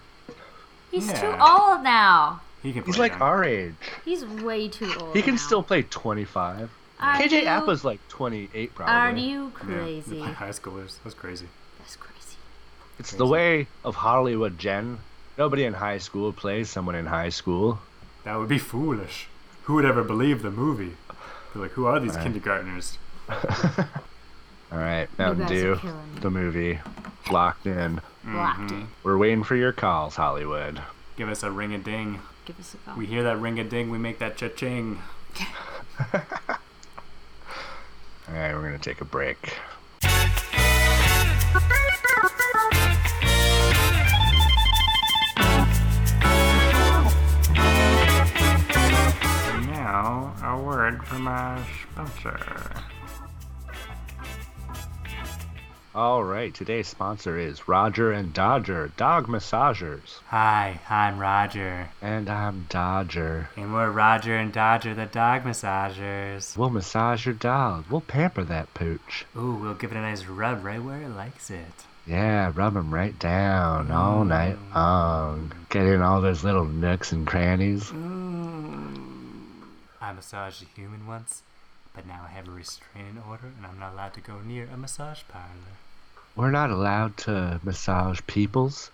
Speaker 1: He's too
Speaker 3: Yeah.
Speaker 1: old now.
Speaker 3: He can. Play
Speaker 2: He's like
Speaker 3: young.
Speaker 2: our age.
Speaker 1: He's way too old.
Speaker 2: He can
Speaker 1: now.
Speaker 2: still play 25.
Speaker 1: Are
Speaker 2: KJ
Speaker 1: you-
Speaker 2: Appa's like 28
Speaker 1: Are
Speaker 2: probably.
Speaker 1: you
Speaker 3: Yeah,
Speaker 1: crazy?
Speaker 3: they're High schoolers. That's crazy.
Speaker 1: That's crazy.
Speaker 2: it's the way of Hollywood, Jen. Nobody in high school plays someone in high school.
Speaker 3: That would be foolish. Who would ever believe the movie? They're like, who are these kindergartners?
Speaker 2: All right, Mountain
Speaker 1: guys are
Speaker 2: Dew,
Speaker 1: killing me.
Speaker 2: the movie, locked in.
Speaker 3: Mm-hmm.
Speaker 1: Blocked it.
Speaker 2: We're waiting for your calls, Hollywood.
Speaker 3: Give us a ring a ding.
Speaker 1: Give us a call.
Speaker 3: We hear that ring a ding. We make that cha ching.
Speaker 2: All right, we're gonna take a break.
Speaker 3: Now a word from our sponsor.
Speaker 2: All right, today's sponsor is Roger and Dodger Dog Massagers,
Speaker 3: Hi, I'm Roger,
Speaker 2: and I'm Dodger.
Speaker 3: and we're Roger and Dodger, the dog massagers.
Speaker 2: We'll massage your dog. We'll pamper that pooch.
Speaker 3: Ooh, we'll give it a nice rub right where it likes it.
Speaker 2: Yeah, rub him right down all night long. Get in all those little nooks and crannies.
Speaker 3: I massaged a human once, but now I have a restraining order and I'm not allowed to go near a massage parlor.
Speaker 2: We're not allowed to massage peoples,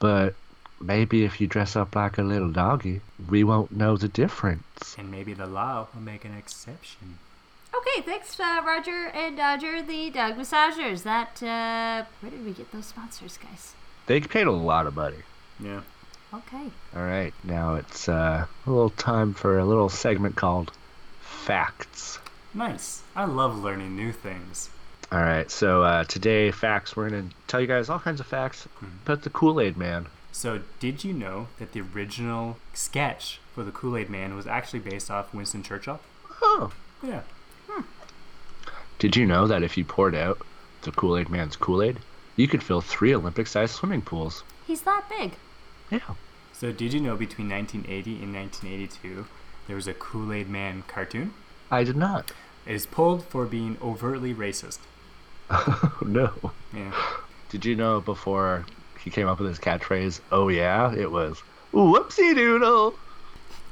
Speaker 2: but Maybe if you dress up like a little doggy, we won't know the difference.
Speaker 3: And maybe the law will make an exception.
Speaker 1: Okay, thanks, uh, Roger and Dodger, the dog massagers. That, uh, where did we get those sponsors, guys?
Speaker 2: They paid a lot of money.
Speaker 3: Yeah.
Speaker 1: Okay.
Speaker 2: All right, now it's uh, a little time for a little segment called Facts.
Speaker 3: Nice. I love learning new things.
Speaker 2: All right, so uh, today, facts, we're going to tell you guys all kinds of facts about the Kool Aid Man.
Speaker 3: So, did you know that the original sketch for the Kool Aid Man was actually based off Winston Churchill?
Speaker 2: Oh,
Speaker 3: Yeah.
Speaker 2: did you know that if you poured out the Kool Aid Man's Kool Aid, you could fill three Olympic sized swimming pools?
Speaker 1: He's that big.
Speaker 2: Yeah.
Speaker 3: So, did you know between 1980 and 1982 there was a Kool Aid Man cartoon?
Speaker 2: I did not.
Speaker 3: It is pulled for being overtly racist.
Speaker 2: Oh, no.
Speaker 3: Yeah.
Speaker 2: Did you know before he came up with his catchphrase, oh yeah, it was whoopsie doodle?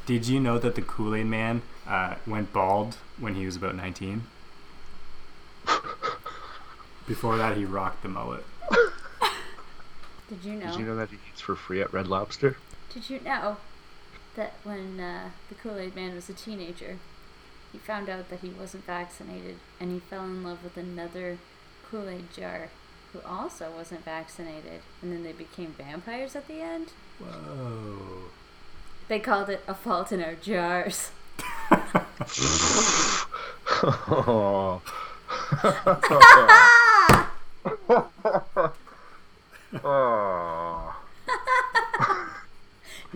Speaker 3: Did you know that the Kool Aid Man uh, went bald when he was about 19? Before that, he rocked the mullet.
Speaker 1: Did you know?
Speaker 2: Did you know that he eats for free at Red Lobster?
Speaker 1: Did you know that when uh, the Kool Aid Man was a teenager, he found out that he wasn't vaccinated and he fell in love with another Kool Aid jar who also wasn't vaccinated, and then they became vampires at the end?
Speaker 3: Whoa.
Speaker 1: They called it A Fault in Our Jars.
Speaker 2: Oh. oh.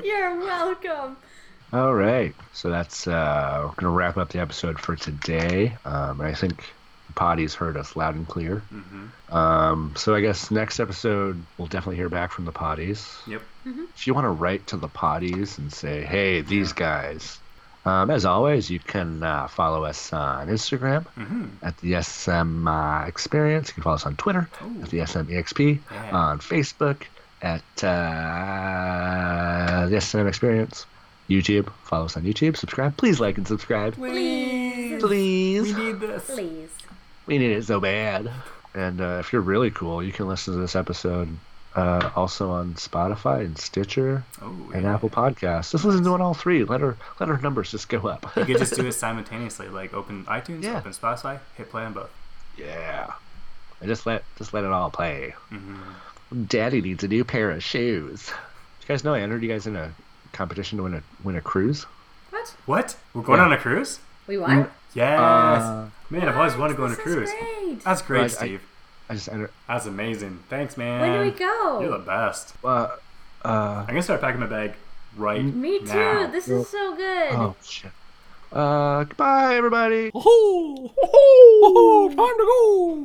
Speaker 1: You're welcome!
Speaker 2: All right. So that's uh, we're gonna wrap up the episode for today. Um, I think the potty's heard us loud and clear. Um, so I guess next episode we'll definitely hear back from the potties.
Speaker 3: Yep.
Speaker 2: If you want to write to the potties and say, "Hey, these guys." Um, as always, you can uh, follow us on Instagram
Speaker 3: Mm-hmm.
Speaker 2: at the SM uh, Experience. You can follow us on Twitter at the SM EXP,
Speaker 3: Yeah.
Speaker 2: on Facebook at uh, the SM Experience, YouTube. Follow us on YouTube. Subscribe. Please like and subscribe.
Speaker 3: Please.
Speaker 2: Please.
Speaker 3: We need this.
Speaker 1: Please.
Speaker 2: We need it so bad. And uh, if you're really cool, you can listen to this episode uh, also on Spotify and Stitcher
Speaker 3: Oh,
Speaker 2: and
Speaker 3: yeah.
Speaker 2: Apple Podcasts. Just listen to it all three. Let our let our numbers just go up.
Speaker 3: You could just do it simultaneously, like open iTunes,
Speaker 2: Yeah.
Speaker 3: open Spotify, hit play on both.
Speaker 2: yeah. And just let just let it all play. Daddy needs a new pair of shoes. You guys know I entered you guys in a competition to win a win a cruise.
Speaker 1: What?
Speaker 3: What? We're going
Speaker 2: Yeah.
Speaker 3: on a cruise?
Speaker 1: We won?
Speaker 3: Yes.
Speaker 2: Uh,
Speaker 3: man, I've always wanted to go on a
Speaker 1: This is
Speaker 3: cruise.
Speaker 1: great.
Speaker 3: That's great,
Speaker 2: Right, I-
Speaker 3: Steve.
Speaker 2: I just entered.
Speaker 3: That's amazing. Thanks, man.
Speaker 1: When do we
Speaker 3: You're
Speaker 1: go?
Speaker 3: the best.
Speaker 2: Uh, uh,
Speaker 3: I'm gonna start packing my bag right
Speaker 1: Me too.
Speaker 3: now.
Speaker 1: This is so good.
Speaker 2: oh shit. Uh, goodbye everybody.
Speaker 4: Oh, oh, time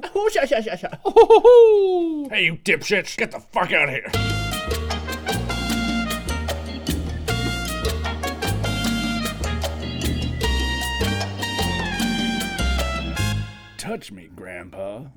Speaker 4: to go. Oh, sha, sha, sha, sha. Hey, you dipshits, get the fuck out of here. Touch me, Grandpa.